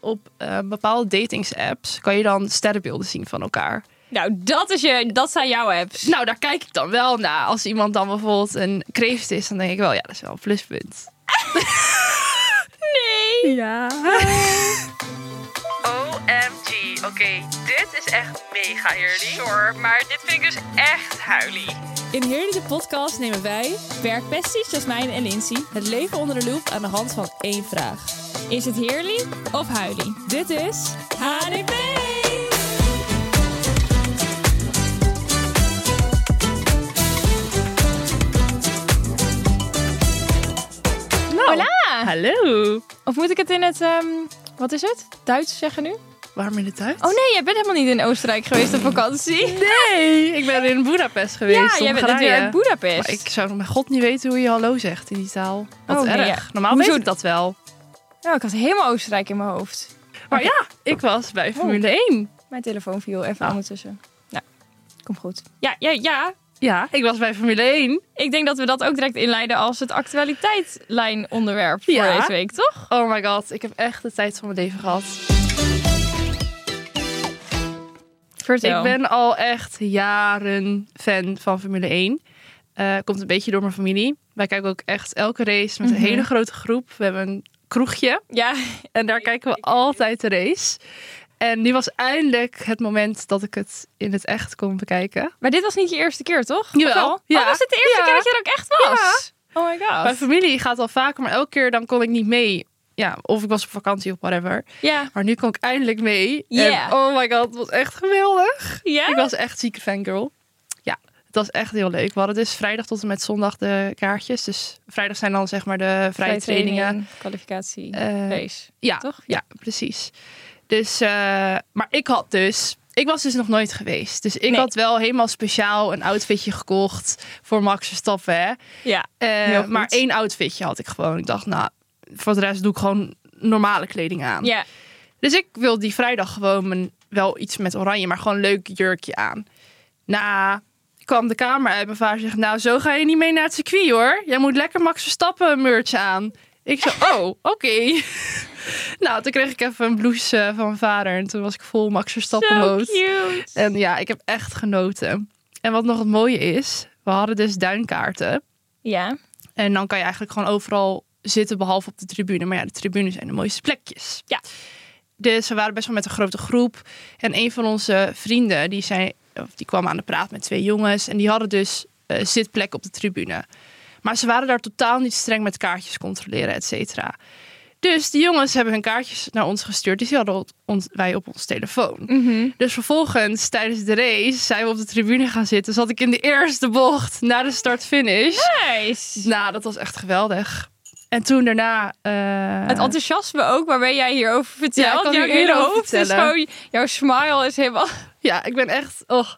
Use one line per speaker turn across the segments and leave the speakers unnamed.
op eh, bepaalde datingsapps kan je dan sterrenbeelden zien van elkaar.
Nou, dat, is je, dat zijn jouw apps.
Nou, daar kijk ik dan wel naar. Als iemand dan bijvoorbeeld een kreeft is, dan denk ik wel, ja, dat is wel een pluspunt.
Nee.
Ja. OMG. Oké, dit is echt mega eerlijk. Sure, maar dit vind ik dus echt huilie.
In Heerlijke Podcast nemen wij, werkpesties Jasmijn en Lindsay, het leven onder de loep aan de hand van één vraag. Is het heerlijk of huilie? Dit is HDP!
Nou,
Hola!
Hallo.
Of moet ik het in het, ehm, wat is het? Duits zeggen nu?
Waarom in de tuin?
Oh nee, jij bent helemaal niet in Oostenrijk geweest op vakantie.
nee. Ik ben in Budapest geweest.
Ja, jij bent net
Hongarije.
weer uit
Maar
Boedapest.
ik zou nog mijn god niet weten hoe je hallo zegt in die taal. Wat
Oh, nee,
erg.
ja.
Normaal
Hoezo?
weet ik dat wel.
Nou, ik had helemaal Oostenrijk in mijn hoofd.
Maar Oh, ja, Oh. ik was bij Formule 1.
Mijn telefoon viel even
Ah.
ondertussen. Nou, komt goed. Ja, ja, ja.
Ja, ik was bij Formule 1.
Ik denk dat we dat ook direct inleiden als het actualiteitlijn onderwerp voor
Ja.
deze week, toch?
Oh my god, ik heb echt de tijd van mijn leven gehad.
Vertel.
Ik ben al echt jaren fan van Formule 1. Eh, komt een beetje door mijn familie. Wij kijken ook echt elke race met
Mhm.
een hele grote groep. We hebben een kroegje
Ja,
en daar kijken we altijd de race. En nu was eindelijk het moment dat ik het in het echt kon bekijken.
maar dit was niet je eerste keer, toch?
Jawel.
Of wel?
Ja.
Oh, was het de eerste
Ja.
keer dat je er ook echt was? Oh my god.
Mijn familie gaat al vaker, maar elke keer dan kon ik niet mee. Ja, of ik was op vakantie of whatever.
Ja.
Maar nu kon ik eindelijk mee.
Ja.
En oh my god, het was echt geweldig.
Ja?
Ik was echt zieke fangirl. Ja, het was echt heel leuk. We hadden dus vrijdag tot en met zondag de kaartjes. Dus vrijdag zijn dan zeg maar de vrije trainingen.
Training, kwalificatie,
Eh,
race.
ja,
Toch?
ja, precies. Dus, eh, maar ik had dus... Ik was dus nog nooit geweest. Dus ik
Nee.
had wel helemaal speciaal een outfitje gekocht voor Max Verstappen. Hè?
Ja.
Eh,
Heel goed.
maar één outfitje had ik gewoon. Ik dacht, nou, voor de rest doe ik gewoon normale kleding aan.
Ja.
Dus ik wil die vrijdag gewoon mijn, wel iets met oranje, maar gewoon een leuk jurkje aan. Nou, kwam de kamer uit. Mijn vader zegt, nou, zo ga je niet mee naar het circuit, hoor. Jij moet lekker Max Verstappen een meurtje aan. Ik zo, oh, oké. nou, toen kreeg ik even een blouse eh, van mijn vader. En toen was ik vol Max Verstappen
Zo
hoofd.
cute.
En ja, ik heb echt genoten. En wat nog het mooie is, we hadden dus duinkaarten.
Ja.
En dan kan je eigenlijk gewoon overal zitten, behalve op de tribune. Maar ja, de tribune zijn de mooiste plekjes.
Ja.
Dus we waren best wel met een grote groep. En een van onze vrienden, die, zei, of die kwam aan de praat met twee jongens. En die hadden dus eh, zitplek op de tribune. Maar ze waren daar totaal niet streng met kaartjes controleren, et cetera. Dus die jongens hebben hun kaartjes naar ons gestuurd. Dus die hadden ons, wij op ons telefoon.
Mhm.
Dus vervolgens, tijdens de race, zijn we op de tribune gaan zitten. Zat ik in de eerste bocht na de start-finish.
Nice.
Nou, dat was echt geweldig. En toen daarna... eh,
Het enthousiasme ook waarmee jij hierover vertelt.
kan
jouw
hier
hele
eerder over
hoofd is
vertellen.
gewoon... Jouw smile is helemaal...
Ja, ik ben echt... Oh,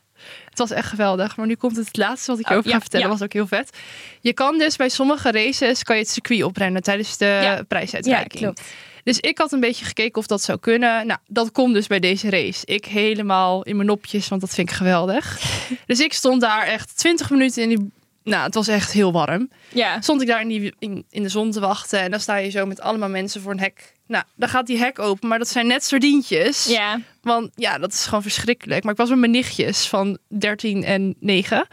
het was echt geweldig. Maar nu komt het laatste wat ik je
Oh,
over
ja,
ga vertellen.
ja.
was ook heel vet. Je kan dus bij sommige races kan je het circuit oprennen tijdens de
Ja.
prijsuitreiking. Dus ik had een beetje gekeken of dat zou kunnen. Nou, dat komt dus bij deze race. Ik helemaal in mijn nopjes, want dat vind ik geweldig. dus ik stond daar echt 20 minuten in die... Nou, het was echt heel warm.
Ja.
stond ik daar in, die, in, in de zon te wachten. En dan sta je zo met allemaal mensen voor een hek. Nou, dan gaat die hek open, maar dat zijn net sardientjes.
Ja.
Want ja, dat is gewoon verschrikkelijk. Maar ik was met mijn nichtjes van 13 en 9. Nou,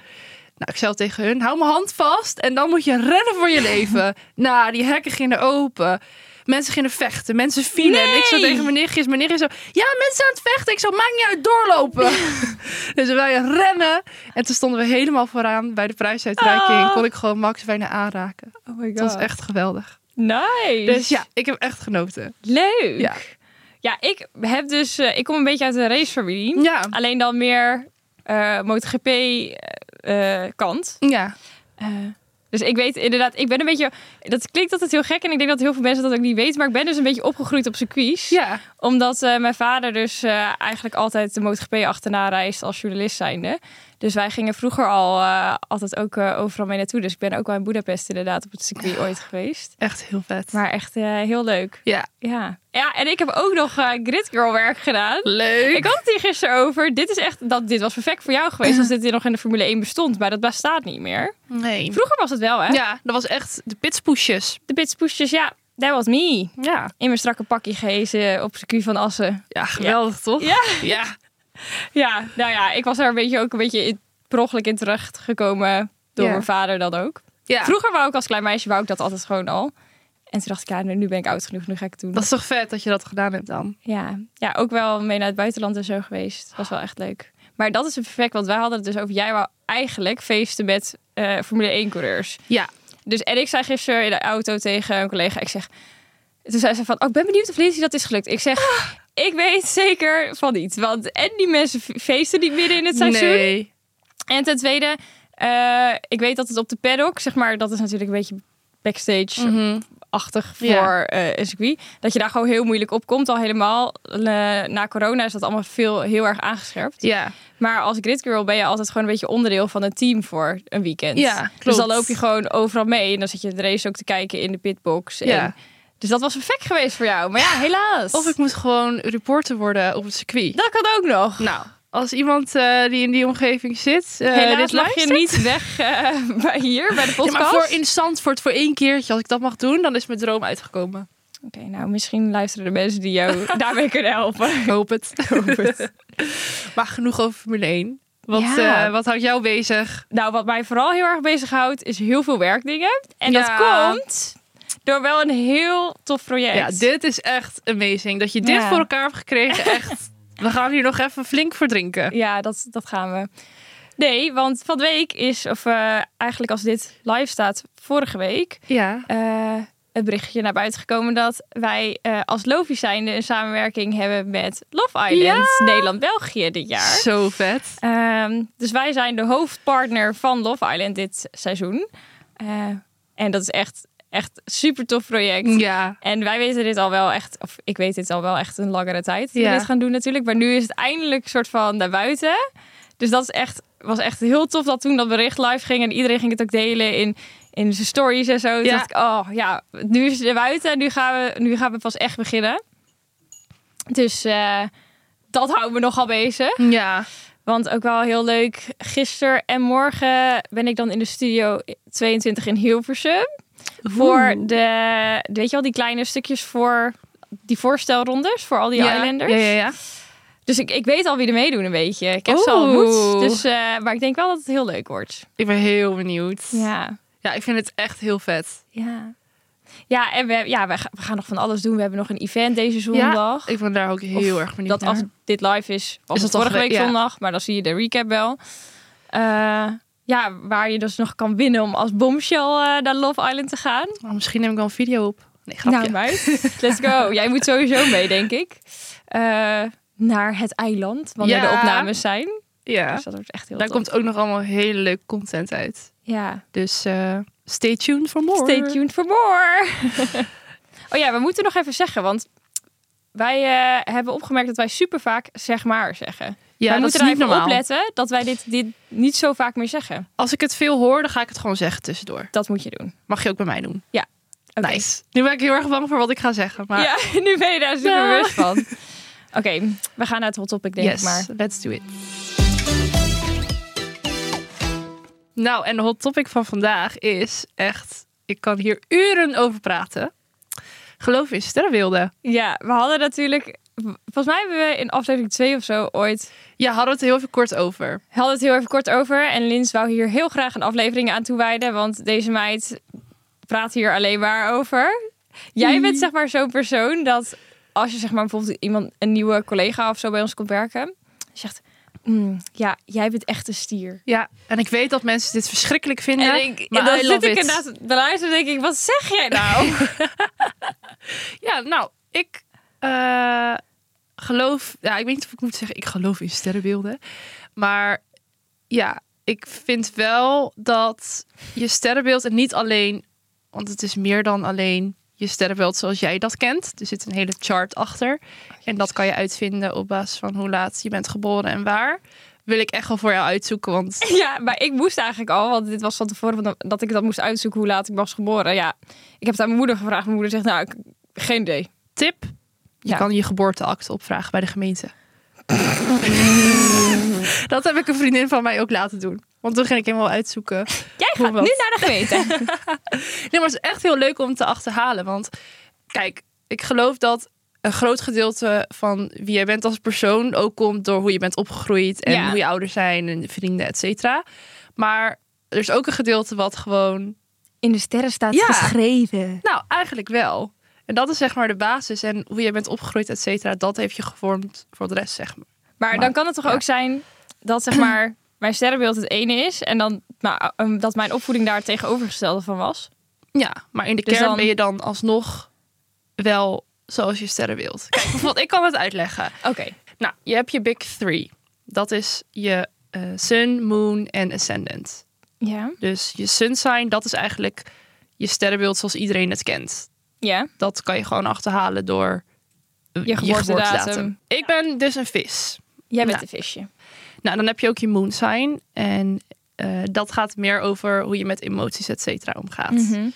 ik zei al tegen hun, hou mijn hand vast en dan moet je rennen voor je leven. nou, die hekken gingen open. Mensen gingen vechten, mensen vielen. En ik zo
Nee!
tegen mijn nichtjes, mijn nichtjes zo... Ja, mensen aan het vechten. Ik zo, maakt niet uit, doorlopen. dus wij rennen. En toen stonden we helemaal vooraan bij de prijsuitreiking.
Ah.
Kon ik gewoon Max bijna aanraken.
Oh my god.
Het was echt geweldig.
Nice.
Dus ja, ik heb echt genoten.
Leuk.
Ja.
Ja, ik heb dus... eh, ik kom een beetje uit een racefamilie.
Ja.
Alleen dan meer eh MotoGP eh, eh, kant.
Ja.
Eh, dus ik weet inderdaad... Ik ben een beetje... Dat klinkt altijd heel gek en ik denk dat heel veel mensen dat ook niet weten. Maar ik ben dus een beetje opgegroeid op circuits.
Ja.
Omdat eh, mijn vader dus eh, eigenlijk altijd de MotoGP achterna reist als journalist zijnde. Dus wij gingen vroeger al eh, altijd ook eh, overal mee naartoe. Dus ik ben ook wel in Boedapest inderdaad op het circuit ooit geweest.
Echt heel vet.
Maar echt eh, heel leuk.
Ja.
Ja. ja, en ik heb ook nog eh Grid Girl werk gedaan.
Leuk.
Ik had het hier gisteren over. Dit is echt, dat, dit was perfect voor jou geweest als dit hier nog in de Formule 1 bestond. Maar dat bestaat niet meer.
Nee.
Vroeger was het wel, hè?
Ja, dat was echt de pitspoesjes.
De bitspoesjes, ja. That was me.
Ja,
In mijn strakke pakje gehezen op circuit van Assen.
ja geweldig toch?
Ja.
ja.
Ja, nou ja, ik was daar een beetje ook een beetje in, per ongeluk in terecht gekomen door
Ja.
mijn vader dan ook.
Ja.
Vroeger wou ik als klein meisje wou ik dat altijd gewoon al. En toen dacht ik, ja, nu nu ben ik oud genoeg, nu ga ik het doen.
Dat is toch vet dat je dat gedaan hebt dan?
Ja. ja, ook wel mee naar het buitenland en zo geweest. Was wel echt leuk. Maar dat is het perfect, want wij hadden het dus over... Jij wou eigenlijk feesten met eh, Formule 1-coureurs.
Ja.
Dus en ik zei gisteren in de auto tegen een collega, ik zeg... Toen zei ze van, oh, ik ben benieuwd of Lindsay dat is gelukt. Ik zeg,
Ah.
ik weet zeker van niet. Want en die mensen feesten niet midden in het seizoen.
Nee.
En ten tweede, eh, ik weet dat het op de paddock, zeg maar, dat is natuurlijk een beetje backstage-achtig
Mhm.
voor
Ja.
eh, een circuit. Dat je daar gewoon heel moeilijk op komt, al helemaal. eh, na corona is dat allemaal veel, heel erg aangescherpt.
Ja.
Maar als gridgirl ben je altijd gewoon een beetje onderdeel van een team voor een weekend.
Ja, klopt.
Dus dan loop je gewoon overal mee en dan zit je de race ook te kijken in de pitbox. En-
Ja.
Dus dat was perfect geweest voor jou. Maar ja, helaas.
Of ik moet gewoon reporter worden op het circuit.
Dat kan ook nog.
Nou, als iemand eh, die in die omgeving zit, eh,
helaas
dit
lag je
luistert.
niet weg eh, bij hier, bij de
Ja,
podcast.
maar voor in Zandvoort, voor één keertje, als ik dat mag doen, dan is mijn droom uitgekomen.
Oké, nou misschien luisteren de mensen die jou daarmee kunnen helpen.
Ik hoop het. maar genoeg over Formule 1. Wat,
Ja.
eh, wat houdt jou bezig?
nou, wat mij vooral heel erg bezighoudt is heel veel werkdingen. En
Ja.
dat komt door wel een heel tof project.
Ja, dit is echt amazing. Dat je dit
Ja.
voor elkaar hebt gekregen, echt. We gaan hier nog even flink voor drinken.
Ja, dat, dat gaan we. Nee, want van de week is, of eh, eigenlijk als dit live staat, vorige week,
Ja.
eh, het berichtje naar buiten gekomen dat wij eh, als Lofi zijnde een samenwerking hebben met Love Island Nederland-België dit jaar.
Zo vet.
Ehm, dus wij zijn de hoofdpartner van Love Island dit seizoen. Eh, en dat is echt, echt super tof project.
Ja.
En wij weten dit al wel echt, of ik weet dit al wel echt een langere tijd. Dat
Ja.
we dit gaan doen natuurlijk. Maar nu is het eindelijk soort van naar buiten. Dus dat is echt, was echt heel tof dat toen dat bericht live ging. En iedereen ging het ook delen in, in zijn stories en zo. Toen
Ja.
dacht ik, oh ja, nu is het naar buiten. en Nu gaan we, nu gaan we pas echt beginnen. Dus eh, dat houdt me nogal bezig.
Ja.
Want ook wel heel leuk. Gisteren en morgen ben ik dan in de studio 22 in Hilversum. Voor de, weet je wel, die kleine stukjes voor die voorstelrondes voor al die
ja.
Islanders.
Ja, ja, ja.
Dus ik, ik weet al wie er meedoen een beetje. Ik heb ze al
Oeh.
ontmoet. Dus, eh, maar ik denk wel dat het heel leuk wordt.
Ik ben heel benieuwd.
Ja,
ja, ik vind het echt heel vet.
ja. Ja, en we, ja, we, ga- we gaan nog van alles doen. We hebben nog een event deze zondag.
Ik ben daar ook heel erg benieuwd
dat
naar.
als dit live is, was
Is
het
dat al
vorige week
gele- ja.
zondag, maar dan zie je de recap wel. Eh, ja, waar je dus nog kan winnen om als bombshell eh, naar Love Island te gaan.
Oh, misschien neem ik wel een video op. Nee, grapje.
Nou, meid, let's go. Jij moet sowieso mee, denk ik. Eh, naar het eiland, wanneer
Ja.
de opnames zijn.
ja.
Dus dat wordt echt heel
Daar
tof.
komt ook nog allemaal hele leuke content uit.
Ja,
Dus eh, stay tuned voor more.
stay tuned for more. oh ja, we moeten nog even zeggen, want wij eh, hebben opgemerkt dat wij super vaak zeg maar zeggen.
Ja,
wij
dat
moeten
is niet
even
normaal.
opletten dat wij dit, dit niet zo vaak meer zeggen.
Als ik het veel hoor, dan ga ik het gewoon zeggen tussendoor.
Dat moet je doen.
Mag je ook bij mij doen.
Oké.
Nice. Nu ben ik heel erg bang voor wat ik ga zeggen. Maar
Ja, nu ben je daar super
Ja.
bewust van. Oké, we gaan naar het hot topic, denk
yes,
ik maar.
let's do it. Nou, en de hot topic van vandaag is echt... Ik kan hier uren over praten. Geloof in sterrenbeelden.
Ja, we hadden natuurlijk... Volgens mij hebben we in aflevering 2 of zo ooit...
Ja, hadden we het heel even kort over.
We hadden het heel even kort over. En Lins wou hier heel graag een aflevering aan toewijden. Want deze meid praat hier alleen maar over. Jij bent zeg maar zo'n persoon dat... Als je zeg maar bijvoorbeeld iemand, een nieuwe collega of zo bij ons komt werken... Zegt, "Mm, ja, jij bent echt een stier.
Ja, en ik weet dat mensen dit verschrikkelijk vinden.
en ik,
maar
dan
I
zit
love
ik
it.
inderdaad te luisteren en denk ik, wat zeg jij nou?
Ja, nou, ik eh, geloof. Ja, ik weet niet of ik moet zeggen, ik geloof in sterrenbeelden. Maar ja, ik vind wel dat je sterrenbeeld en niet alleen, want het is meer dan alleen je sterrenbeeld zoals jij dat kent. Er zit een hele chart achter. En dat kan je uitvinden op basis van hoe laat je bent geboren en waar. Wil ik echt wel voor jou uitzoeken, want
Ja, maar ik moest eigenlijk al, want dit was van tevoren van dat ik dat moest uitzoeken hoe laat ik was geboren. Ja, ik heb het aan mijn moeder gevraagd. Mijn moeder zegt, nou, ik, geen idee.
tip. Je
Ja.
kan je geboorteakte opvragen bij de gemeente. dat heb ik een vriendin van mij ook laten doen. Want toen ging ik helemaal uitzoeken.
Jij
Hoe
gaat
wat?
nu naar de gemeente.
Nee, maar het is echt heel leuk om te achterhalen. Want Kijk, ik geloof dat een groot gedeelte van wie jij bent als persoon ook komt door hoe je bent opgegroeid en
Ja.
hoe je ouders zijn en vrienden, et cetera. Maar er is ook een gedeelte wat gewoon
In de sterren staat
Ja.
geschreven.
Nou, eigenlijk wel. En dat is zeg maar de basis. En hoe je bent opgegroeid, et cetera, dat heeft je gevormd voor de rest, zeg maar.
Maar,
Maar-
dan kan het toch
ja.
ook zijn dat zeg maar mijn sterrenbeeld het ene is en dan maar, ehm, dat mijn opvoeding daar het tegenovergestelde van was.
Ja, maar in de
Dus
kern
dan-
ben je dan alsnog wel zoals je sterren wilt. Kijk, bijvoorbeeld, ik kan het uitleggen.
Oké.
Nou, je hebt je big three. Dat is je eh, sun, moon en ascendant.
Ja.
Dus je sun sign, dat is eigenlijk je sterrenbeeld zoals iedereen het kent.
Ja.
Dat kan je gewoon achterhalen door eh,
Je geboortedatum.
Ik ben dus een vis.
Jij bent
Nou.
een visje.
Nou, dan heb je ook je moon sign. En eh, dat gaat meer over hoe je met emoties, et cetera, omgaat.
Mhm.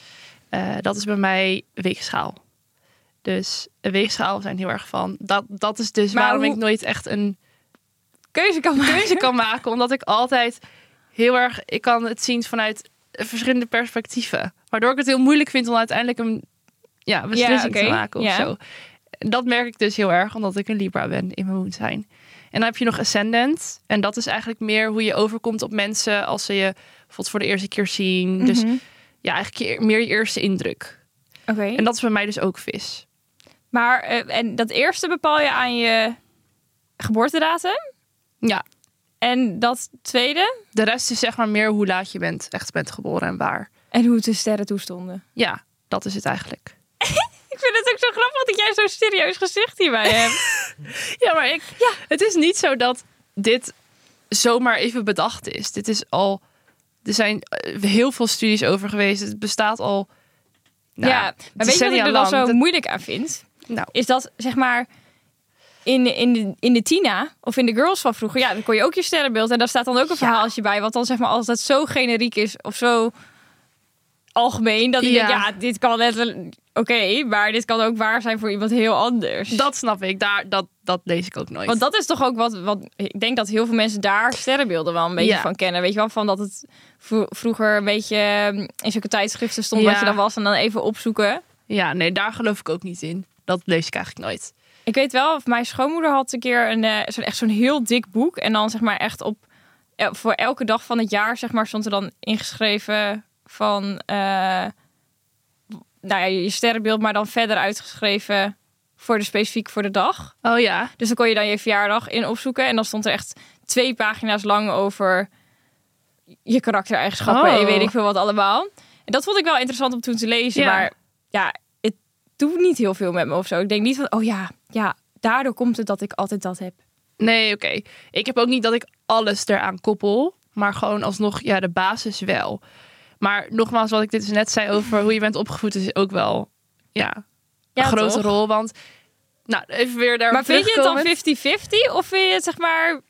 Eh, dat is bij mij weegschaal. Dus eh, weegschaal zijn heel erg van. Dat, dat is dus
Maar
waarom
hoe-
ik nooit echt een
Keuze kan maken.
keuze kan maken. Omdat ik altijd heel erg. Ik kan het zien vanuit verschillende perspectieven. Waardoor ik het heel moeilijk vind om uiteindelijk een ja, beslissing
oké,
te maken of
ja.
zo. Dat merk ik dus heel erg, omdat ik een Libra ben in mijn moed zijn. En dan heb je nog Ascendant. En dat is eigenlijk meer hoe je overkomt op mensen als ze je bijvoorbeeld voor de eerste keer zien. Dus
Mhm.
ja, eigenlijk je- meer je eerste indruk.
Oké.
En dat is bij mij dus ook vis.
Maar eh, en dat eerste bepaal je aan je geboortedatum
Ja,
en dat tweede
de rest is zeg maar meer hoe laat je bent, echt bent geboren en waar.
en hoe het de sterren toestonden.
Ja, dat is het eigenlijk.
Ik vind het ook zo grappig dat jij zo'n serieus gezicht hierbij hebt.
Ja, maar ik, het is niet zo dat dit zomaar even bedacht is. Dit is al. Er zijn eh, heel veel studies over geweest. Het bestaat al. nou,
ja, maar weet je wat ik
decennia
er dan
lang.
zo
Dat-
moeilijk aan vind?
nou,
is dat zeg maar in, in, de, in de Tina of in de girls van vroeger, ja, dan kon je ook je sterrenbeeld en daar staat dan ook een verhaaltje bij, wat dan zeg maar als dat zo generiek is of zo algemeen, dat ik
Ja.
denk, ja, dit kan letterlijk, oké, maar dit kan ook waar zijn voor iemand heel anders.
dat snap ik. Daar, dat, dat lees ik ook nooit.
Want dat is toch ook wat, wat ik denk dat heel veel mensen daar sterrenbeelden wel een beetje
Ja.
van kennen. Weet je wel, van dat het vro- vroeger een beetje ehm, in zulke tijdschriften stond wat
Ja.
je dan was en dan even opzoeken.
Ja, nee, daar geloof ik ook niet in. Dat lees ik eigenlijk nooit.
Ik weet wel, of mijn schoonmoeder had een keer een, eh, zo'n, echt zo'n heel dik boek. En dan zeg maar echt op, el- voor elke dag van het jaar zeg maar, stond er dan ingeschreven van, eh, nou ja, je sterrenbeeld, maar dan verder uitgeschreven voor de specifiek voor de dag.
Oh ja.
Dus dan kon je dan je verjaardag in opzoeken. En dan stond er echt twee pagina's lang over je karaktereigenschappen
Oh.
en weet ik veel wat allemaal. En dat vond ik wel interessant om toen te lezen.
Ja.
Maar ja, het doet niet heel veel met me of zo. Ik denk niet van, oh ja, ja, daardoor komt het dat ik altijd dat heb.
Nee, oké. Ik heb ook niet dat ik alles eraan koppel. Maar gewoon alsnog, ja, de basis wel. Maar nogmaals, wat ik dit dus net zei over hoe je bent opgevoed, is ook wel. Ja, een
Ja,
grote
toch?
rol. Want, nou, even weer daar
Maar vind je het dan 50-50? Of vind je het zeg maar,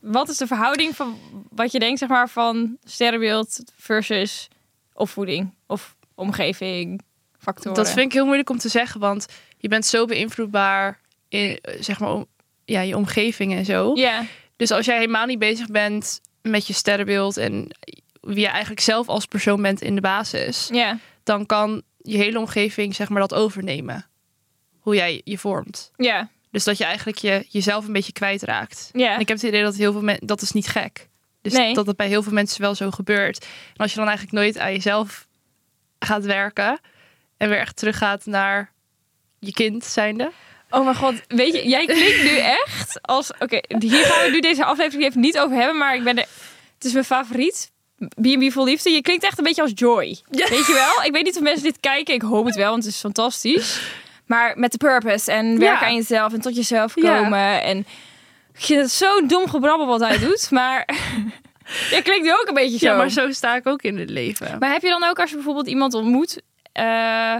wat is de verhouding van wat je denkt zeg maar van sterrenbeeld versus opvoeding of omgeving, factoren?
Dat vind ik heel moeilijk om te zeggen, want je bent zo beïnvloedbaar in, eh, zeg maar, om- ja, je omgeving en zo.
Ja,
Dus als jij helemaal niet bezig bent met je sterrenbeeld en wie je eigenlijk zelf als persoon bent in de basis,
ja.
dan kan je hele omgeving, zeg maar, dat overnemen. Hoe jij je vormt.
Ja,
Dus dat je eigenlijk je, jezelf een beetje kwijtraakt.
ja.
En ik heb het idee dat heel veel mensen, dat is niet gek. Dus
Nee.
dat het bij heel veel mensen wel zo gebeurt. En als je dan eigenlijk nooit aan jezelf gaat werken en weer echt teruggaat naar je kind zijnde.
Oh mijn god, weet je, jij klinkt nu echt als... Oké, hier gaan we nu deze aflevering even niet over hebben, maar ik ben er... Het is mijn favoriet, B&B Vol Liefde. Je klinkt echt een beetje als Joy, weet je wel? Ik weet niet of mensen dit kijken, ik hoop het wel, want het is fantastisch. Maar met de purpose en werken
Ja.
aan jezelf en tot jezelf
Ja.
komen. En ik vind het zo'n dom gebrabbel wat hij doet, maar... jij klinkt nu ook een beetje zo.
Ja, maar zo sta ik ook in het leven.
Maar heb je dan ook als je bijvoorbeeld iemand ontmoet... eh,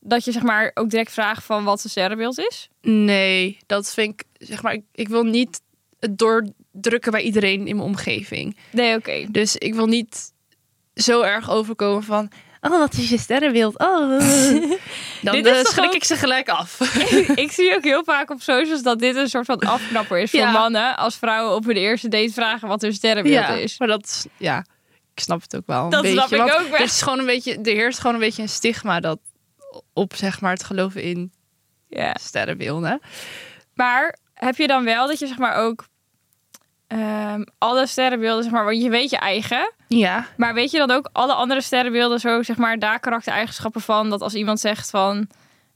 dat je zeg maar ook direct vraagt van wat zijn sterrenbeeld is?
Nee, dat vind ik, zeg maar, ik, ik wil niet het doordrukken bij iedereen in mijn omgeving.
Nee, oké.
Dus ik wil niet zo erg overkomen van, oh, wat is je sterrenbeeld? Oh. Dan
Dit is
eh,
toch
schrik
ook-
ik ze gelijk af.
ik zie ook heel vaak op socials dat dit een soort van afknapper is voor
Ja.
mannen. Als vrouwen op hun eerste date vragen wat hun sterrenbeeld is.
Maar dat, is- ja, ik snap het ook wel een
Dat
beetje.
snap ik
want
ook wel.
Er, is gewoon een beetje, er heerst gewoon een beetje een stigma dat op zeg maar, het geloven in
Ja.
sterrenbeelden.
Maar heb je dan wel dat je zeg maar ook ehm, alle sterrenbeelden, zeg maar, want je weet je eigen.
Ja.
Maar weet je dan ook alle andere sterrenbeelden zo, zeg maar, daar karaktereigenschappen van? Dat als iemand zegt van,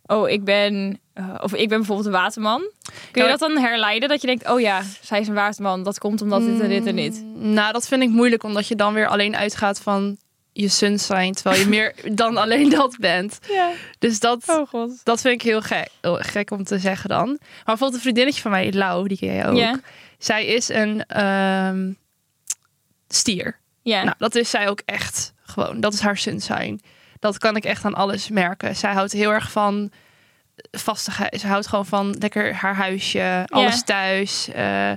oh, ik ben, eh, of ik ben bijvoorbeeld een waterman. Kun
Ja,
je dat dan herleiden? Dat je denkt, oh ja, zij is een waterman. Dat komt omdat dit en dit en dit.
Mm, Nou, dat vind ik moeilijk, omdat je dan weer alleen uitgaat van je sun sign, terwijl je meer dan alleen dat bent.
Ja.
Dus dat,
Oh god.
dat vind ik heel gek, heel gek om te zeggen dan. Maar bijvoorbeeld een vriendinnetje van mij, Lau, die ken jij ook.
Ja.
Zij is een ehm, stier.
Ja.
Nou, dat is zij ook echt gewoon. Dat is haar sun sign. Dat kan ik echt aan alles merken. Zij houdt heel erg van vastigheid. Ze houdt gewoon van lekker haar huisje, alles thuis, eh,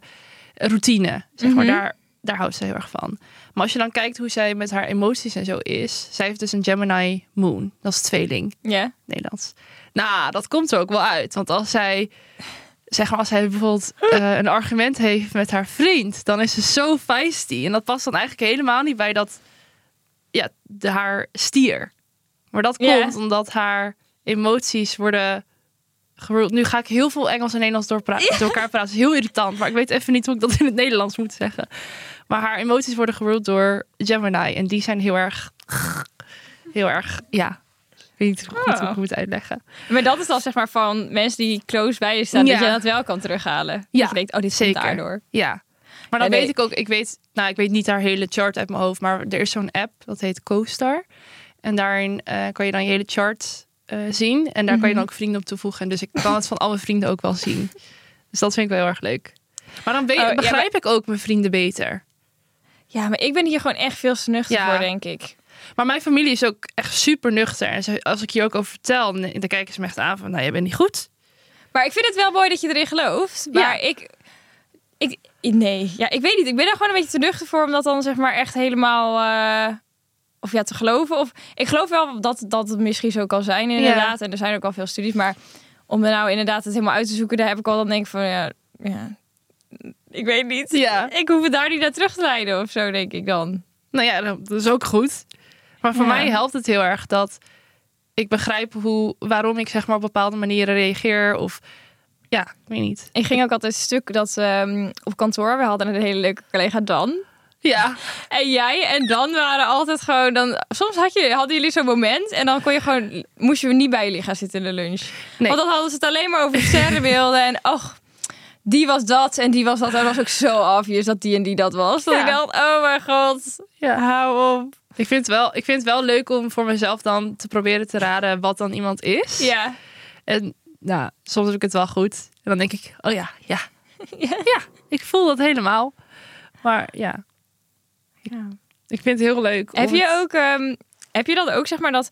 routine. Zeg maar,
Mhm.
daar, daar houdt ze heel erg van. Maar als je dan kijkt hoe zij met haar emoties en zo is. Zij heeft dus een Gemini Moon. Dat is tweeling.
ja.
Nederlands. Nou, dat komt er ook wel uit. Want als zij, zeg maar, als zij bijvoorbeeld eh, een argument heeft met haar vriend, dan is ze zo feisty. En dat past dan eigenlijk helemaal niet bij dat, ja, de, haar stier. Maar dat
Ja.
komt omdat haar emoties worden geruled. Nu ga ik heel veel Engels en Nederlands doorpra- door elkaar praten. Dat is heel irritant, maar ik weet even niet hoe ik dat in het Nederlands moet zeggen. Maar haar emoties worden geruled door Gemini. En die zijn heel erg, heel erg, ja. Ik weet niet goed hoe
Ah.
ik het moet uitleggen.
Maar dat is dan zeg maar van mensen die close bij je staan,
Ja.
dat je dat wel kan terughalen.
Ja,
Dat je denkt, oh, dit
zeker.
komt daardoor.
Ja. Maar dan
Ja, nee.
weet ik ook, ik weet, nou, ik weet niet haar hele chart uit mijn hoofd, maar er is zo'n app dat heet CoStar. En daarin eh, kan je dan je hele chart eh, zien. En daar
Mhm.
kan je dan ook vrienden op toevoegen. En dus ik kan het van alle vrienden ook wel zien. Dus dat vind ik wel heel erg leuk. Maar dan weet-
Oh, ja,
begrijp ik ook mijn vrienden beter.
Ja, maar ik ben hier gewoon echt veel te nuchter
Ja.
voor, denk ik.
Maar mijn familie is ook echt super nuchter. En ze- als ik hier ook over vertel, dan dan kijken ze me echt aan van, nou, je bent niet goed.
Maar ik vind het wel mooi dat je erin gelooft.
Ja.
Maar ik, ik... Nee, ja, ik weet niet. Ik ben daar gewoon een beetje te nuchter voor om dat dan zeg maar echt helemaal... eh, of ja, te geloven. Of, ik geloof wel dat dat het misschien zo kan zijn inderdaad. En er zijn ook al veel studies. Maar om er nou inderdaad het helemaal uit te zoeken... daar heb ik al dan denk ik van... Ja, ja, ik weet niet.
Ja.
Ik hoef het daar niet naar terug te leiden of zo, denk ik dan.
Nou ja, dat is ook goed. Maar voor
Ja.
mij helpt het heel erg dat ik begrijp hoe, waarom ik zeg maar op bepaalde manieren reageer. Of ja, ik weet niet.
Ik ging ook altijd een stuk dat ehm, op kantoor... We hadden een hele leuke collega, Dan.
Ja,
En jij en Dan waren altijd gewoon dan. Soms had je, hadden jullie zo'n moment en dan kon je gewoon, moest je niet bij jullie gaan zitten in de lunch.
Nee.
Want dan hadden ze het alleen maar over sterrenbeelden en och, die was dat en die was dat. En dat was ook zo obvious dat die en die dat was. Dat
Ja.
ik dacht, oh mijn god,
ja.
hou op.
Ik, vind het wel, ik vind het wel leuk om voor mezelf dan te proberen te raden wat dan iemand is.
Ja,
En nou, soms heb ik het wel goed. En dan denk ik, oh ja, ja.
Ja.
Ja, ik voel dat helemaal. Maar ja, ik vind het heel leuk. om
Heb je
het-
ook, ehm, heb je dan ook zeg maar dat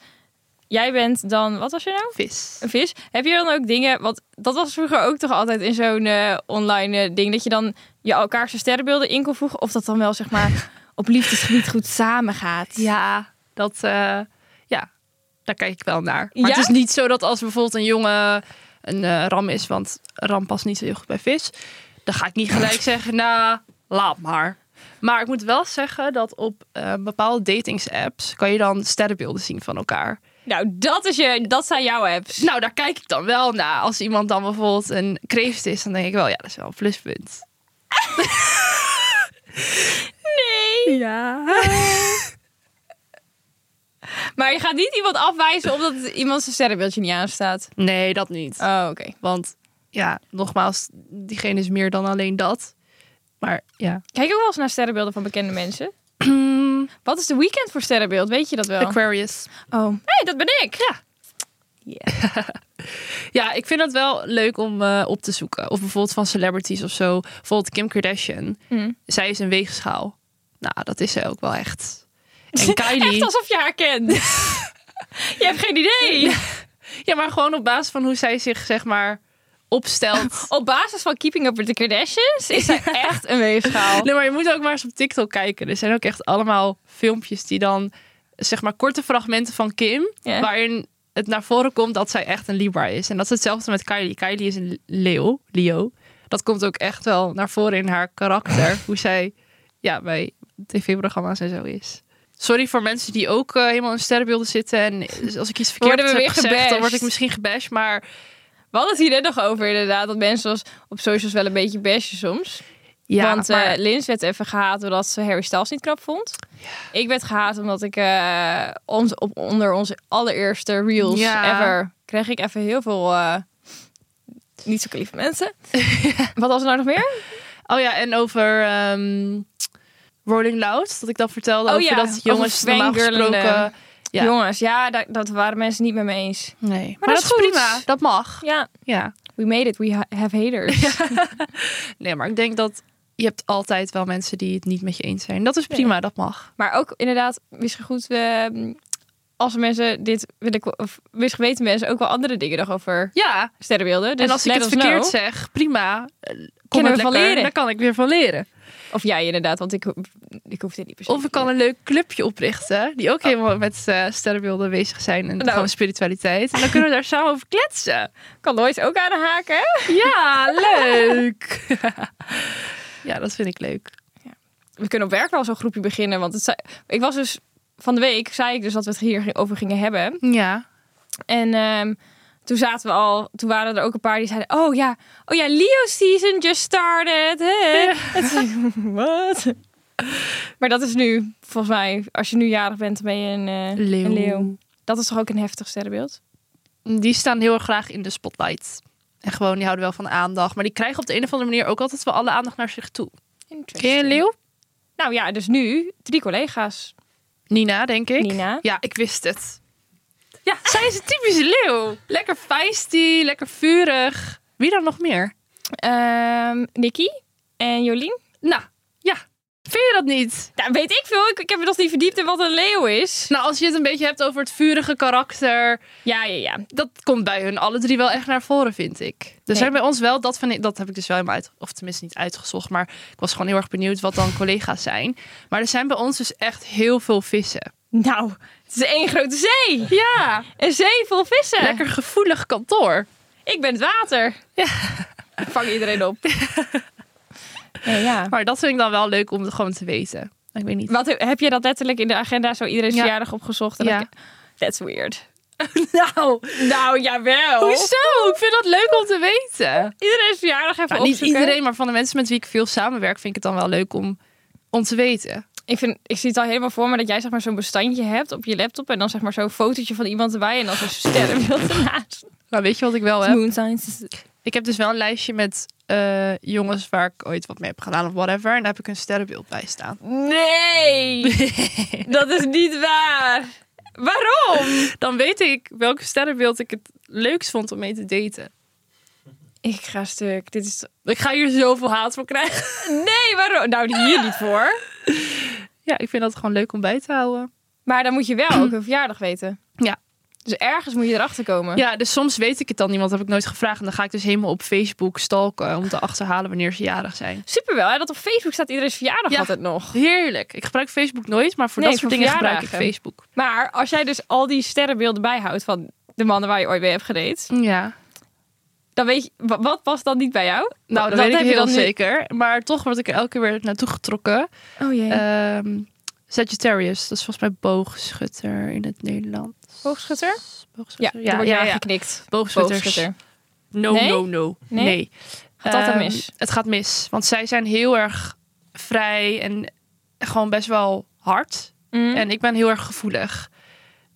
jij bent dan, wat was je nou?
vis?
een vis. Heb je dan ook dingen, want dat was vroeger ook toch altijd in zo'n eh, online eh, ding, dat je dan je elkaar zijn sterrenbeelden in kon voegen, of dat dan wel zeg maar op liefdesgebied goed samengaat.
Ja, dat, eh, ja, daar kijk ik wel naar. Maar
Ja?
het is niet zo dat als bijvoorbeeld een jongen een eh, ram is, want ram past niet zo heel goed bij vis, dan ga ik niet gelijk zeggen, nou, laat maar. Maar ik moet wel zeggen dat op eh, bepaalde datingsapps kan je dan sterrenbeelden zien van elkaar.
Nou, dat, is je, dat zijn jouw apps.
Nou, daar kijk ik dan wel naar. Als iemand dan bijvoorbeeld een kreeft is, dan denk ik wel, ja, dat is wel een pluspunt.
Nee.
Ja.
Maar je gaat niet iemand afwijzen omdat het iemand zijn sterrenbeeldje niet aanstaat.
Nee, dat niet.
Oh, oké.
Want ja, nogmaals, diegene is meer dan alleen dat. Maar ja.
Kijk ook wel eens naar sterrenbeelden van bekende mensen. Wat is de weekend voor sterrenbeeld? Weet je dat wel?
Aquarius.
Oh, hey, dat ben ik.
Ja. Ja, ik vind dat wel leuk om eh, op te zoeken. Of bijvoorbeeld van celebrities of zo. Bijvoorbeeld Kim Kardashian.
Hm.
Zij is een weegschaal. Nou, dat is ze ook wel echt. En
Echt
Kylie.
alsof je haar kent. je hebt geen idee.
Ja, maar gewoon op basis van hoe zij zich, zeg maar, opstelt.
Op basis van Keeping Up with the Kardashians is zij echt een weegschaal.
Nee, maar je moet ook maar eens op TikTok kijken. Er zijn ook echt allemaal filmpjes die dan, zeg maar, korte fragmenten van Kim.
Ja.
Waarin het naar voren komt dat zij echt een Libra is. En dat is hetzelfde met Kylie. Kylie is een leeuw, Leo. Dat komt ook echt wel naar voren in haar karakter. hoe zij ja, bij tv-programma's en zo is. Sorry voor mensen die ook eh, helemaal in sterrenbeelden zitten. En als ik iets verkeerd
Worden we
heb
weer
gezegd, dan word ik
gebashed?
misschien gebashed. Maar
We hadden het hier net nog over inderdaad. Dat mensen was op socials wel een beetje bashen soms.
ja,
Want eh
maar-
Lins werd even gehaat doordat ze Harry Styles niet knap vond. Ik werd gehaat omdat ik eh, ons, op, onder onze allereerste reels
Ja.
ever... kreeg ik even heel veel eh, niet zo lieve mensen. Wat was er nou nog meer?
oh ja, en over ehm, Rolling Loud. Dat ik dan vertelde
Oh
over
ja,
dat jongens
over
normaal
fangirlende.
gesproken... Ja.
Jongens, ja, daar, dat waren mensen niet met me eens.
Nee, maar,
dat
dat,
is
is
goed.
prima. Dat mag.
Ja,
Ja.
we made it. We ha- have haters.
Nee, maar ik denk dat je hebt altijd wel mensen die het niet met je eens zijn. Dat is prima, dat mag.
Maar ook inderdaad, wist goed, we, mm, als mensen dit willen, ko- of wist geweten mensen ook wel andere dingen nog over
Ja,
sterrenbeelden. Dus
en als ik
let
het
us
verkeerd
know.
zeg, prima. Eh, Kom
Kunnen
het
we van
lekker,
leren.
Dan kan ik weer van leren.
Of jij inderdaad, want ik, ho- ik hoef dit niet per se
Of ik
te
kan
leren.
een leuk clubje oprichten. Die ook helemaal met eh, sterrenbeelden bezig zijn. En
Nou.
gewoon spiritualiteit. En dan kunnen we daar samen over kletsen.
kan Lois ook aan de haken. hè?
Ja, leuk. ja, dat vind ik leuk.
We kunnen op werk wel zo'n groepje beginnen. Want het, zei- ik was dus van de week, zei ik dus dat we het hier ging- over gingen hebben.
Ja.
En ehm, toen zaten we al, toen waren er ook een paar die zeiden: Oh ja, oh ja, Leo season just started. Hè? En toen dacht ik, Wat? Maar dat is nu, volgens mij, als je nu jarig bent, dan ben je een, eh, een leeuw.
Leeuw.
Dat is toch ook een heftig sterrenbeeld?
Die staan heel erg graag in de spotlight. En gewoon, die houden wel van aandacht. Maar die krijgen op de een of andere manier ook altijd wel alle aandacht naar zich toe. Ken je een leeuw?
Nou ja, dus nu drie collega's.
Nina, denk ik.
Nina.
Ja, ik wist het. Ja, zij is een typische leeuw. Lekker feisty, lekker vurig. Wie dan nog meer?
Ehm Nicky en Jolien.
Nou, ja. Vind je dat niet?
Nou, weet ik veel. Ik, ik heb me nog niet verdiept in wat een leeuw is.
Nou, als je het een beetje hebt over het vurige karakter.
Ja, ja, ja.
Dat komt bij hun alle drie wel echt naar voren, vind ik. Er
Nee.
zijn bij ons wel, dat, van, dat heb ik dus wel helemaal uit... Of tenminste niet uitgezocht, maar ik was gewoon heel erg benieuwd wat dan collega's zijn. Maar er zijn bij ons dus echt heel veel vissen.
Nou, het is één grote zee.
Ja,
Een zee vol vissen.
lekker gevoelig kantoor.
Ik ben het water. Ik vang iedereen op.
Eh,
Nee, ja.
Maar dat vind ik dan wel leuk om het gewoon te weten. Ik weet niet.
Wat, heb je dat letterlijk in de agenda zo iedereen
Ja.
verjaardag opgezocht? En
Ja.
dan- That's weird.
Nou,
Nou, jawel.
hoezo? Ik vind dat leuk om te weten.
Iedereen's verjaardag even
Nou, niet
opzoeken.
iedereen, maar van de mensen met wie ik veel samenwerk, vind ik het dan wel leuk om, om te weten.
Ik, vind, ik zie het al helemaal voor me dat jij zeg maar, zo'n bestandje hebt op je laptop. En dan zeg maar zo'n fotootje van iemand erbij. En dan zo'n sterrenbeeld ernaast.
Maar Nou, weet je wat ik wel heb?
Moon signs.
Ik heb dus wel een lijstje met eh, jongens waar ik ooit wat mee heb gedaan of whatever. En daar heb ik een sterrenbeeld bij staan.
Nee, dat is niet waar. Waarom?
Dan weet ik welk sterrenbeeld ik het leukst vond om mee te daten.
Ik ga stuk. Dit is...
Ik ga hier zoveel haat voor krijgen.
Nee, waarom? Nou, hier niet voor.
Ja, ik vind dat gewoon leuk om bij te houden.
Maar dan moet je wel ook een verjaardag weten.
Ja.
Dus ergens moet je erachter komen.
Ja, dus soms weet ik het dan niet, want dat heb ik nooit gevraagd. En dan ga ik dus helemaal op Facebook stalken om te achterhalen wanneer ze jarig zijn.
Super wel, hè? dat op Facebook staat iedereen's verjaardag
Ja.
altijd nog.
Heerlijk. Ik gebruik Facebook nooit, maar voor
Nee,
dat soort
voor
dingen gebruik ik
verjaardagen.
Facebook.
Maar als jij dus al die sterrenbeelden bijhoudt van de mannen waar je ooit mee hebt gedate,
Ja.
dan weet je, wa- wat was dan niet bij jou?
Nou, dat,
heb
weet ik
je
heel
dan nu-
zeker. Maar toch word ik er elke keer weer naartoe getrokken.
Oh jee,
Ehm Sagittarius, dat is volgens mij boogschutter in het Nederlands.
hoogschutter? Ja,
Boogschutter?
ja, dan word je aangeknikt.
Boogschutters.
Boogschutter.
No,
Nee?
no, no.
Nee?
Nee.
Gaat altijd
Ehm,
mis.
Het gaat mis. Want zij zijn heel erg vrij en gewoon best wel hard.
Mm.
En ik ben heel erg gevoelig.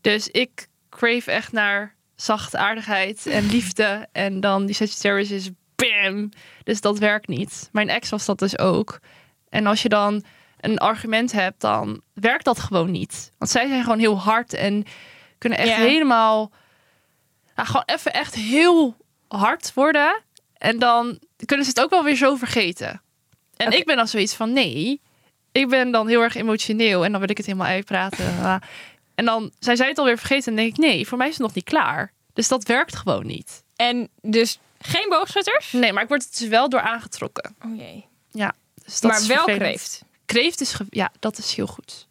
Dus ik crave echt naar zachte aardigheid en liefde. En dan die Sagittarius is bam. Dus dat werkt niet. Mijn ex was dat dus ook. En als je dan een argument hebt, dan werkt dat gewoon niet. Want zij zijn gewoon heel hard en kunnen echt
Ja.
helemaal... nou, gewoon even echt heel hard worden. En dan kunnen ze het ook wel weer zo vergeten. En
Oké.
ik ben dan zoiets van, nee, ik ben dan heel erg emotioneel en dan wil ik het helemaal uitpraten. En dan zij zei het alweer vergeten en denk ik, nee, voor mij is het nog niet klaar. Dus dat werkt gewoon niet.
En dus geen boogschutters?
Nee, maar ik word het dus wel door aangetrokken.
Oh jee.
Ja, dus dat
maar
is
wel
vervelend.
kreeft.
Kreeft is, ge- ja, dat is heel goed.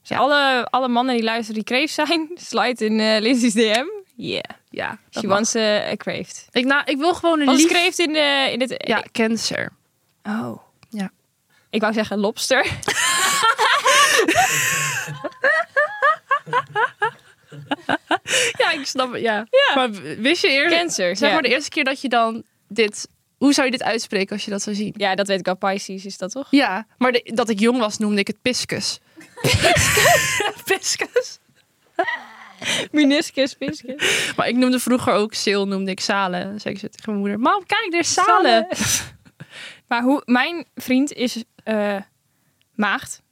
Dus alle, alle mannen die luisteren die kreeft zijn, slide in eh Lindsay's DM. Yeah.
Ja, dat
She
mag.
wants eh, a kreeft.
Ik, nou, ik wil gewoon een
Wat is
lief...
kreeft in, eh, in het...
Ja, cancer.
Oh.
Ja.
Ik wou zeggen lobster.
Ja, ik snap het. Ja.
Ja.
Maar wist je eerst,
Cancer,
zeg
ja.
maar de eerste keer dat je dan dit, hoe zou je dit uitspreken als je dat zou zien?
Ja, dat weet ik al. Pisces is dat toch?
Ja, maar de- dat ik jong was noemde ik het piscus. piscus?
Meniscus, piscus.
Maar ik noemde vroeger ook Sil, noemde ik Salen. Dan zei ik zo tegen mijn moeder, mam, kijk, er is Salen.
maar hoe, mijn vriend is eh, maagd,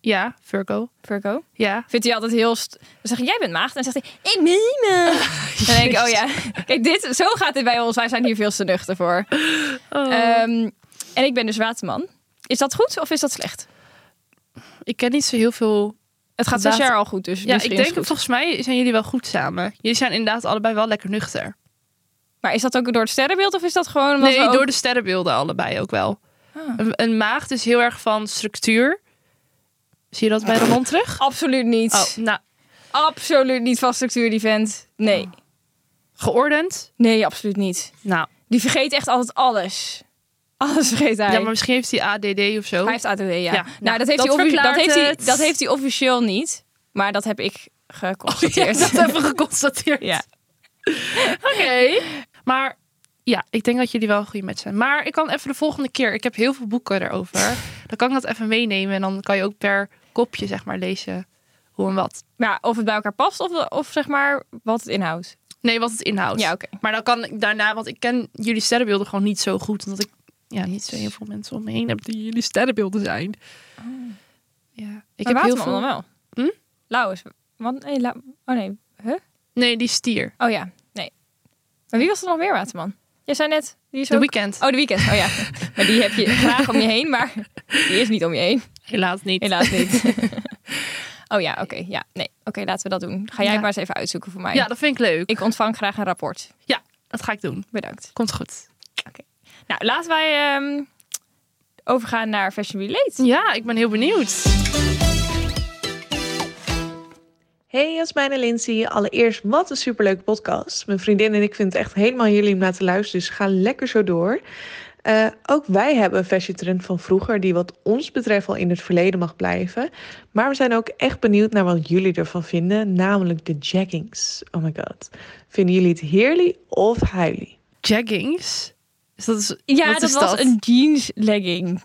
Ja, Virgo.
Virgo.
Ja.
Vindt hij altijd heel... st- Dan zeg ik, jij bent maagd. En dan zegt hij, ik meen me. Dan denk ik, oh ja. Kijk, dit, zo gaat dit bij ons. Wij zijn hier veel te nuchter voor.
Oh.
Ehm, en ik ben dus waterman. Is dat goed of is dat slecht?
ik ken niet zo heel veel...
Het gaat
Water-
zover al goed, dus
Ja,
misschien
ik
is
denk,
het goed.
volgens mij zijn jullie wel goed samen. Jullie zijn inderdaad allebei wel lekker nuchter.
Maar is dat ook door het sterrenbeeld of is dat gewoon... Omdat
nee,
we ook-
door de sterrenbeelden allebei ook wel.
Ah.
Een, een maagd is heel erg van structuur. Zie je dat bij Ramon terug?
Absoluut niet.
Oh, nou,
Absoluut niet van structuur, die vent. Nee.
geordend?
Nee, absoluut niet.
Nou,
Die vergeet echt altijd alles. Alles vergeet hij.
ja, maar misschien heeft hij ADD of zo.
Hij heeft ADD, ja.
Ja, nou,
nou, dat heeft,
dat
hij offi- dat,
verklaart
heeft hij,
het.
dat heeft hij officieel niet. Maar dat heb ik geconstateerd.
dat hebben we geconstateerd.
Ja.
Oké. Maar ja, ik denk dat jullie wel een goede match zijn. Maar ik kan even de volgende keer, ik heb heel veel boeken erover. Dan kan ik dat even meenemen en dan kan je ook per kopje zeg maar lezen hoe en wat.
Maar Nou, of het bij elkaar past of, of zeg maar wat het inhoudt.
Nee, wat het inhoudt.
Ja, oké.
Maar dan kan ik daarna, want ik ken jullie sterrenbeelden gewoon niet zo goed. Omdat ik ja, niet zo heel veel mensen om me heen heb die jullie sterrenbeelden zijn.
Oh.
Ja, ik heb heel veel...
dan wel.
Hm?
Lauwers. Want, nee, Lau- oh nee. Huh?
Nee, die stier.
Oh ja, nee. Maar wie was er nog meer waterman? Jij zei net, die is
De
ook...
weekend.
Oh, de weekend. Oh ja. maar die heb je graag om je heen, maar die is niet om je heen.
Helaas niet.
Helaas niet. oh ja, oké. Ja, nee. Oké, laten we dat doen. Ga jij
Ja.
het maar eens even uitzoeken voor mij.
Ja, dat vind ik leuk.
Ik ontvang graag een rapport.
Ja, dat ga ik doen.
Bedankt.
Komt goed.
Nou, laten wij ehm, overgaan naar Fashion Relate.
Ja, ik ben heel benieuwd.
Hey Jasmijn en Lindsay, allereerst wat een superleuke podcast. Mijn vriendin en ik vinden het echt helemaal jullie om naar te luisteren, dus ga lekker zo door. Eh, ook wij hebben een fashion trend van vroeger die wat ons betreft al in het verleden mag blijven. Maar we zijn ook echt benieuwd naar wat jullie ervan vinden, namelijk de jaggings. Oh my god. Vinden jullie het heerlijk of huilie?
Jaggings? Dus dat is,
Ja,
wat
dat
is
was een jeans legging.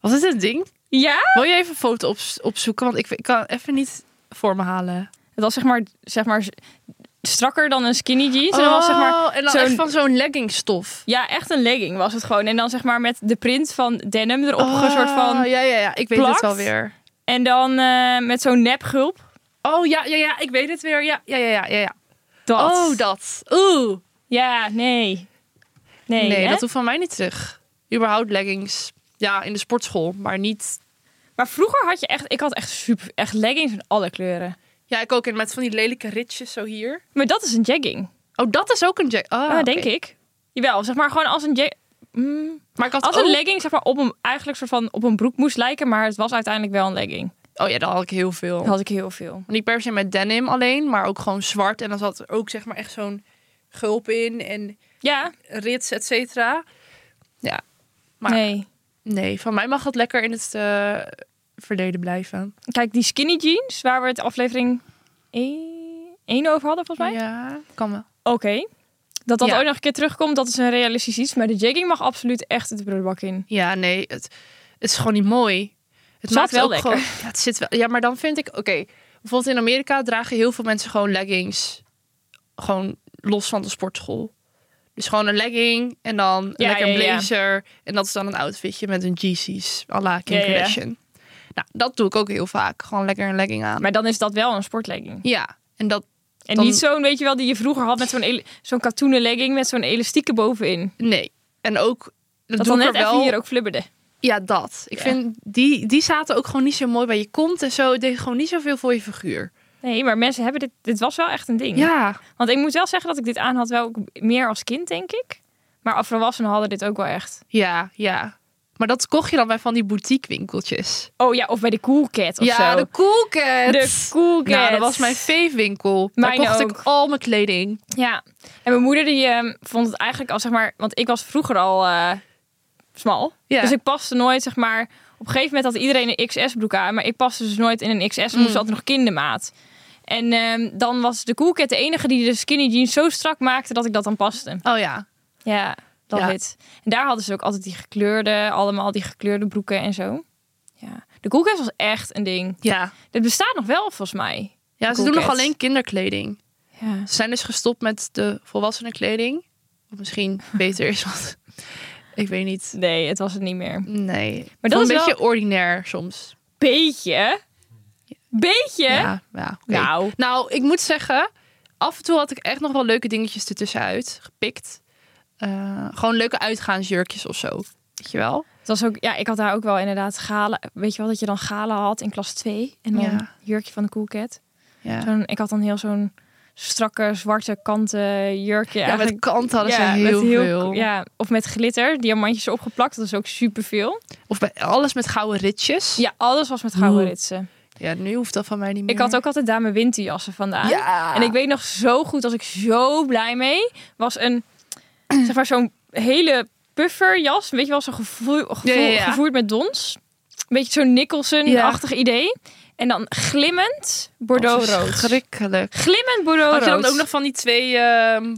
Was dit een ding?
Ja?
Wil je even een foto op, opzoeken? Want ik, ik kan even niet voor me halen.
Het was zeg maar, zeg maar strakker dan een skinny jeans. En dan was zeg maar,
Oh, en dan
zo'n-
echt van zo'n leggingstof.
ja, echt een legging was het gewoon. En dan zeg maar met de print van denim erop een soort
Ah,
van.
Ja, ja, ja. Ik weet
plakt.
het wel weer.
En dan eh, met zo'n nepgulp.
Oh ja, ja, ja. Ik weet het weer. Ja, ja, ja, ja. ja, ja.
Dat.
Oh, dat. Oeh.
Ja, nee. Nee,
Nee,
hè?
dat hoeft van mij niet terug. Überhaupt leggings. Ja, in de sportschool, maar niet.
Maar vroeger had je echt, ik had echt super, echt leggings in alle kleuren.
Ja, ik ook in met van die lelijke ritjes zo hier.
Maar dat is een jegging,
Oh, dat is ook een jack. Ah,
Ja,
oké.
denk ik. Jawel, zeg maar gewoon als een jag- Mm,
Maar ik had
als
ook...
een legging zeg maar op een eigenlijk soort van op een broek moest lijken, maar het was uiteindelijk wel een legging.
Oh ja, daar had ik heel veel.
Dat had ik heel veel.
Niet per se met denim alleen, maar ook gewoon zwart. En dan zat er ook zeg maar echt zo'n gulp in en
Ja,
rits, et cetera. Ja. Maar nee.
nee.
van mij mag dat lekker in het eh, verleden blijven.
Kijk, die skinny jeans waar we het aflevering 1 over hadden volgens mij.
Ja, kan wel.
Oké. Dat dat
Ja.
ooit nog een keer terugkomt, dat is een realistisch iets. Maar de jegging mag absoluut echt de prullenbak in.
Ja, nee, het, het is gewoon niet mooi. Het
Zat
maakt
wel
ook
lekker.
Gewoon, ja, het zit wel. Ja, maar dan vind ik, oké, bijvoorbeeld in Amerika dragen heel veel mensen gewoon leggings, gewoon los van de sportschool. Dus gewoon een legging en dan een
Ja,
lekker
ja, ja.
blazer en dat is dan een outfitje met een Yeezys, à la Kim
Ja, ja, ja.
Kardashian. Nou, dat doe ik ook heel vaak, gewoon lekker een legging aan.
Maar dan is dat wel een sportlegging.
Ja, en dat
En
Dan-
niet zo'n, weet je wel, die je vroeger had met zo'n ele- zo'n katoenen legging met zo'n elastieke bovenin.
nee. En ook dat, doe
Dat,
ik
dan net
er wel
even hier ook flubberde.
Ja, dat. Ik
Ja.
vind die die zaten ook gewoon niet zo mooi bij je kont en zo. Het deed gewoon niet zoveel voor je figuur.
Nee, maar mensen hebben dit, dit was wel echt een ding.
Ja.
Want ik moet wel zeggen dat ik dit aan had wel ook meer als kind, denk ik. Maar als volwassenen hadden dit ook wel echt.
Ja, ja. Maar dat kocht je dan bij van die boutique winkeltjes.
Oh ja, of bij de Cool Cat of zo.
Cool Cat.
de Cool Cat.
Nou, dat was mijn fave winkel. Daar
Mijn
kocht
ook.
ik al mijn kleding.
Ja, en mijn moeder die ehm, vond het eigenlijk al, zeg maar, want ik was vroeger al eh, smal.
Ja.
Dus ik paste nooit, zeg maar, Op een gegeven moment had iedereen een XS-broek aan, maar ik paste dus nooit in een XS,
Mm.
moest altijd nog kindermaat. En ehm, dan was de Cool Cat de enige die de skinny jeans zo strak maakte dat ik dat dan paste.
Oh ja.
Ja, dat
Ja.
weet. En daar hadden ze ook altijd die gekleurde, allemaal die gekleurde broeken en zo. Ja. De Cool Cat was echt een ding.
Ja,
Dit bestaat nog wel, volgens mij.
ja ze
Cool
doen nog
Cats.
alleen kinderkleding.
Ja.
Ze zijn dus gestopt met de volwassenenkleding. Of misschien beter is, want ik weet niet.
Nee, het was het niet meer.
Nee. Maar
dat is
een
wel-
beetje ordinair soms.
Beetje. Beetje?
Ja, ja. oké.
Nou.
Nou, ik moet zeggen, af en toe had ik echt nog wel leuke dingetjes ertussenuit gepikt. Eh, gewoon leuke uitgaansjurkjes of zo. Weet je wel?
Het was ook, ja, ik had daar ook wel inderdaad galen. Weet je wel dat je dan galen had in klas 2 en dan
Ja.
jurkje van de Cool Cat.
Ja,
Zo'n- ik had dan heel zo'n strakke zwarte kanten jurkje.
ja met
eigenlijk.
kant hadden ze
Ja, met
heel, veel.
Ja, of met glitter, diamantjes opgeplakt. Dat is ook superveel.
Of bij alles met gouden ritjes.
Ja, alles was met gouden
Oeh.
ritsen.
Ja, nu hoeft dat van mij niet meer.
Ik had ook altijd dame winterjassen vandaan.
Ja.
En ik weet nog zo goed, als ik zo blij mee was, een zeg maar zo'n hele pufferjas, weet je wel, zo gevoel, gevoel-
Ja, ja, ja.
gevoerd met dons, beetje zo'n Nicholson-achtig idee, en dan glimmend bordeaux rood.
Schrikkelijk.
Glimmend bordeaux
Had je dan
rood.
ook nog van die twee ehm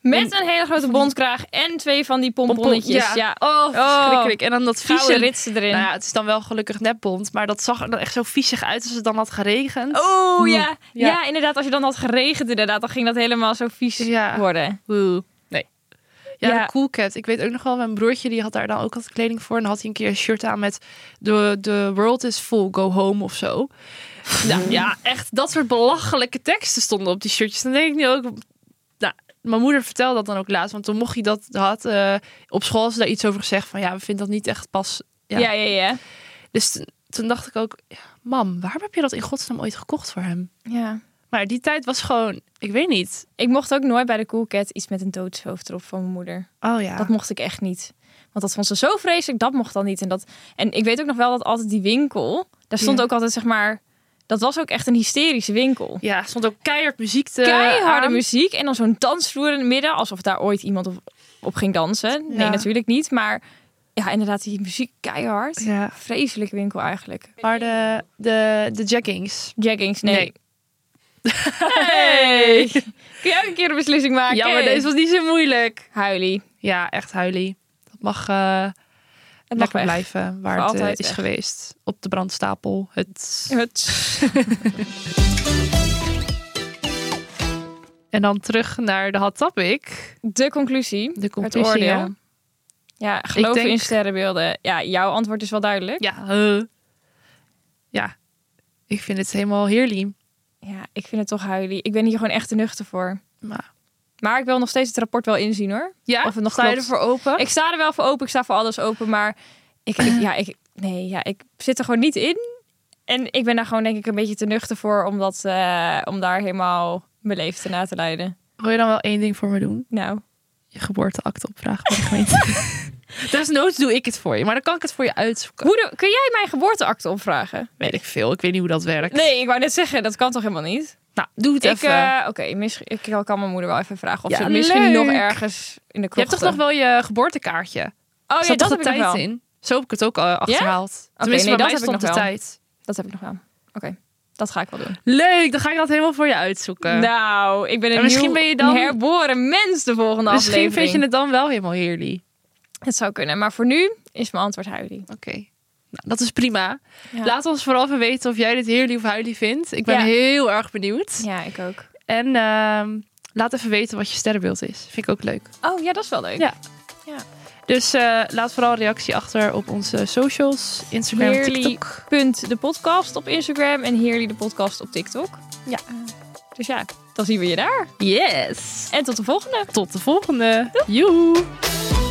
met een hele grote bondkraag en twee van die pomponnetjes.
pompon-
Ja,
Oh, verschrikkelijk. En dan dat
vieze
vieze rit.
ritsen erin.
Nou ja, het is dan wel gelukkig netbond, maar dat zag er dan echt zo viezig uit als het dan had geregend.
Oh ja. ja,
Ja.
inderdaad. Als je dan had geregend, inderdaad, dan ging dat helemaal zo vies
Ja.
worden.
Oeh. Nee. Ja,
Ja.
de Cool Cat. Ik weet ook nog wel, mijn broertje die had daar dan ook altijd kleding voor. En had hij een keer een shirt aan met de, de world is full, go home of zo. Nou ja, echt dat soort belachelijke teksten stonden op die shirtjes. Dan denk ik nu ook... Nou, mijn moeder vertelde dat dan ook laatst. Want toen mocht hij dat had, eh, op school had ze daar iets over gezegd. Van ja, we vinden dat niet echt pas. Ja.
Ja, ja, ja. ja.
Dus toen, toen dacht ik ook, ja, mam, waarom heb je dat in godsnaam ooit gekocht voor hem?
ja.
Maar die tijd was gewoon, ik weet niet.
Ik mocht ook nooit bij de Cool Cat iets met een doodshoofd erop van mijn moeder.
Oh ja.
Dat mocht ik echt niet. Want dat vond ze zo vreselijk, dat mocht dan niet. En, dat... en ik weet ook nog wel dat altijd die winkel, daar stond
Ja.
ook altijd zeg maar... Dat was ook echt een hysterische winkel.
Ja, stond ook keihard muziek te
Keiharde
Eh, aan.
muziek en dan zo'n dansvloer in het midden. Alsof daar ooit iemand op, op ging dansen. Nee,
Ja.
natuurlijk niet. Maar ja, inderdaad, die muziek keihard.
Ja.
Vreselijke winkel eigenlijk.
Maar de, de, de jaggings.
Jaggings, nee.
Nee.
Hey! Kun jij ook een keer een beslissing maken?
Ja, maar deze was niet zo moeilijk.
Huilie.
Ja, echt huilie. Dat mag, eh,
Het mag
lekker
weg.
blijven waar
Voor
het eh,
altijd
is
weg.
geweest. Op de brandstapel. Het...
Het...
En dan terug naar de hot topic.
De conclusie.
De conclusie.
oordeel.
hè?
Ja, geloven
denk-
in sterrenbeelden. Ja, jouw antwoord is wel duidelijk.
Ja. eh. ja. Ik vind het helemaal heerlijk.
Ja, ik vind het toch huilie. Ik ben hier gewoon echt te nuchter voor.
Maar...
Maar ik wil nog steeds het rapport wel inzien hoor.
Ja,
Of het nog
sta je
klopt.
ervoor open?
Ik sta er wel voor open. Ik sta voor alles open. Maar ik, ik- ja, ik, nee, ja, ik zit er gewoon niet in. En ik ben daar gewoon denk ik een beetje te nuchter voor. Om, dat, eh, om daar helemaal mijn leven te na te leiden.
Wil je dan wel één ding voor me doen?
Nou,
Je geboorteakte opvragen bij de gemeente. Desnoods doe ik het voor je. Maar dan kan ik het voor je uitzoeken.
hoe doe- kun jij mijn geboorteakte opvragen?
Weet ik veel. Ik weet niet hoe dat werkt.
Nee, ik wou net zeggen, dat kan toch helemaal niet?
Nou, doe het
Ik,
even.
eh, Oké, misschien- ik kan kan mijn moeder wel even vragen of
Ja,
ze het misschien
leuk.
nog ergens in de
je
kroeg.
hebt toch nog wel je geboortekaartje?
Oh ja,
Zat
dat
toch
heb
de
ik nog
tijd
wel.
in? Zo heb ik het ook eh, achterhaald. Tenminste,
nee,
bij
dat
mij
heb ik
stond de
nog wel.
tijd.
Dat heb ik nog wel. Oké, dat ga ik wel doen.
Leuk, dan ga ik dat helemaal voor je uitzoeken.
Nou, ik ben een
En misschien
nieuw,
ben je dan-
een herboren mens de volgende
Dus Misschien
aflevering.
vind je het dan wel helemaal heerlijk.
het... zou kunnen, maar voor nu is mijn antwoord huilie.
Oké. Nou, dat is prima.
Ja.
Laat ons vooral even weten of jij dit heerlijk of huilie vindt. Ik ben
Ja.
heel erg benieuwd.
Ja, ik ook.
En ehm, laat even weten wat je sterrenbeeld is. Vind ik ook leuk.
Oh ja, dat is wel leuk.
Ja.
Ja.
Dus eh, laat vooral reactie achter op onze socials. Instagram,
Heerlijk.
TikTok.
Punt de podcast op Instagram en Heerly de podcast op TikTok.
Ja.
Eh, Dus ja, dan zien we je daar.
Yes!
En tot de volgende.
Tot de volgende. Joehoe!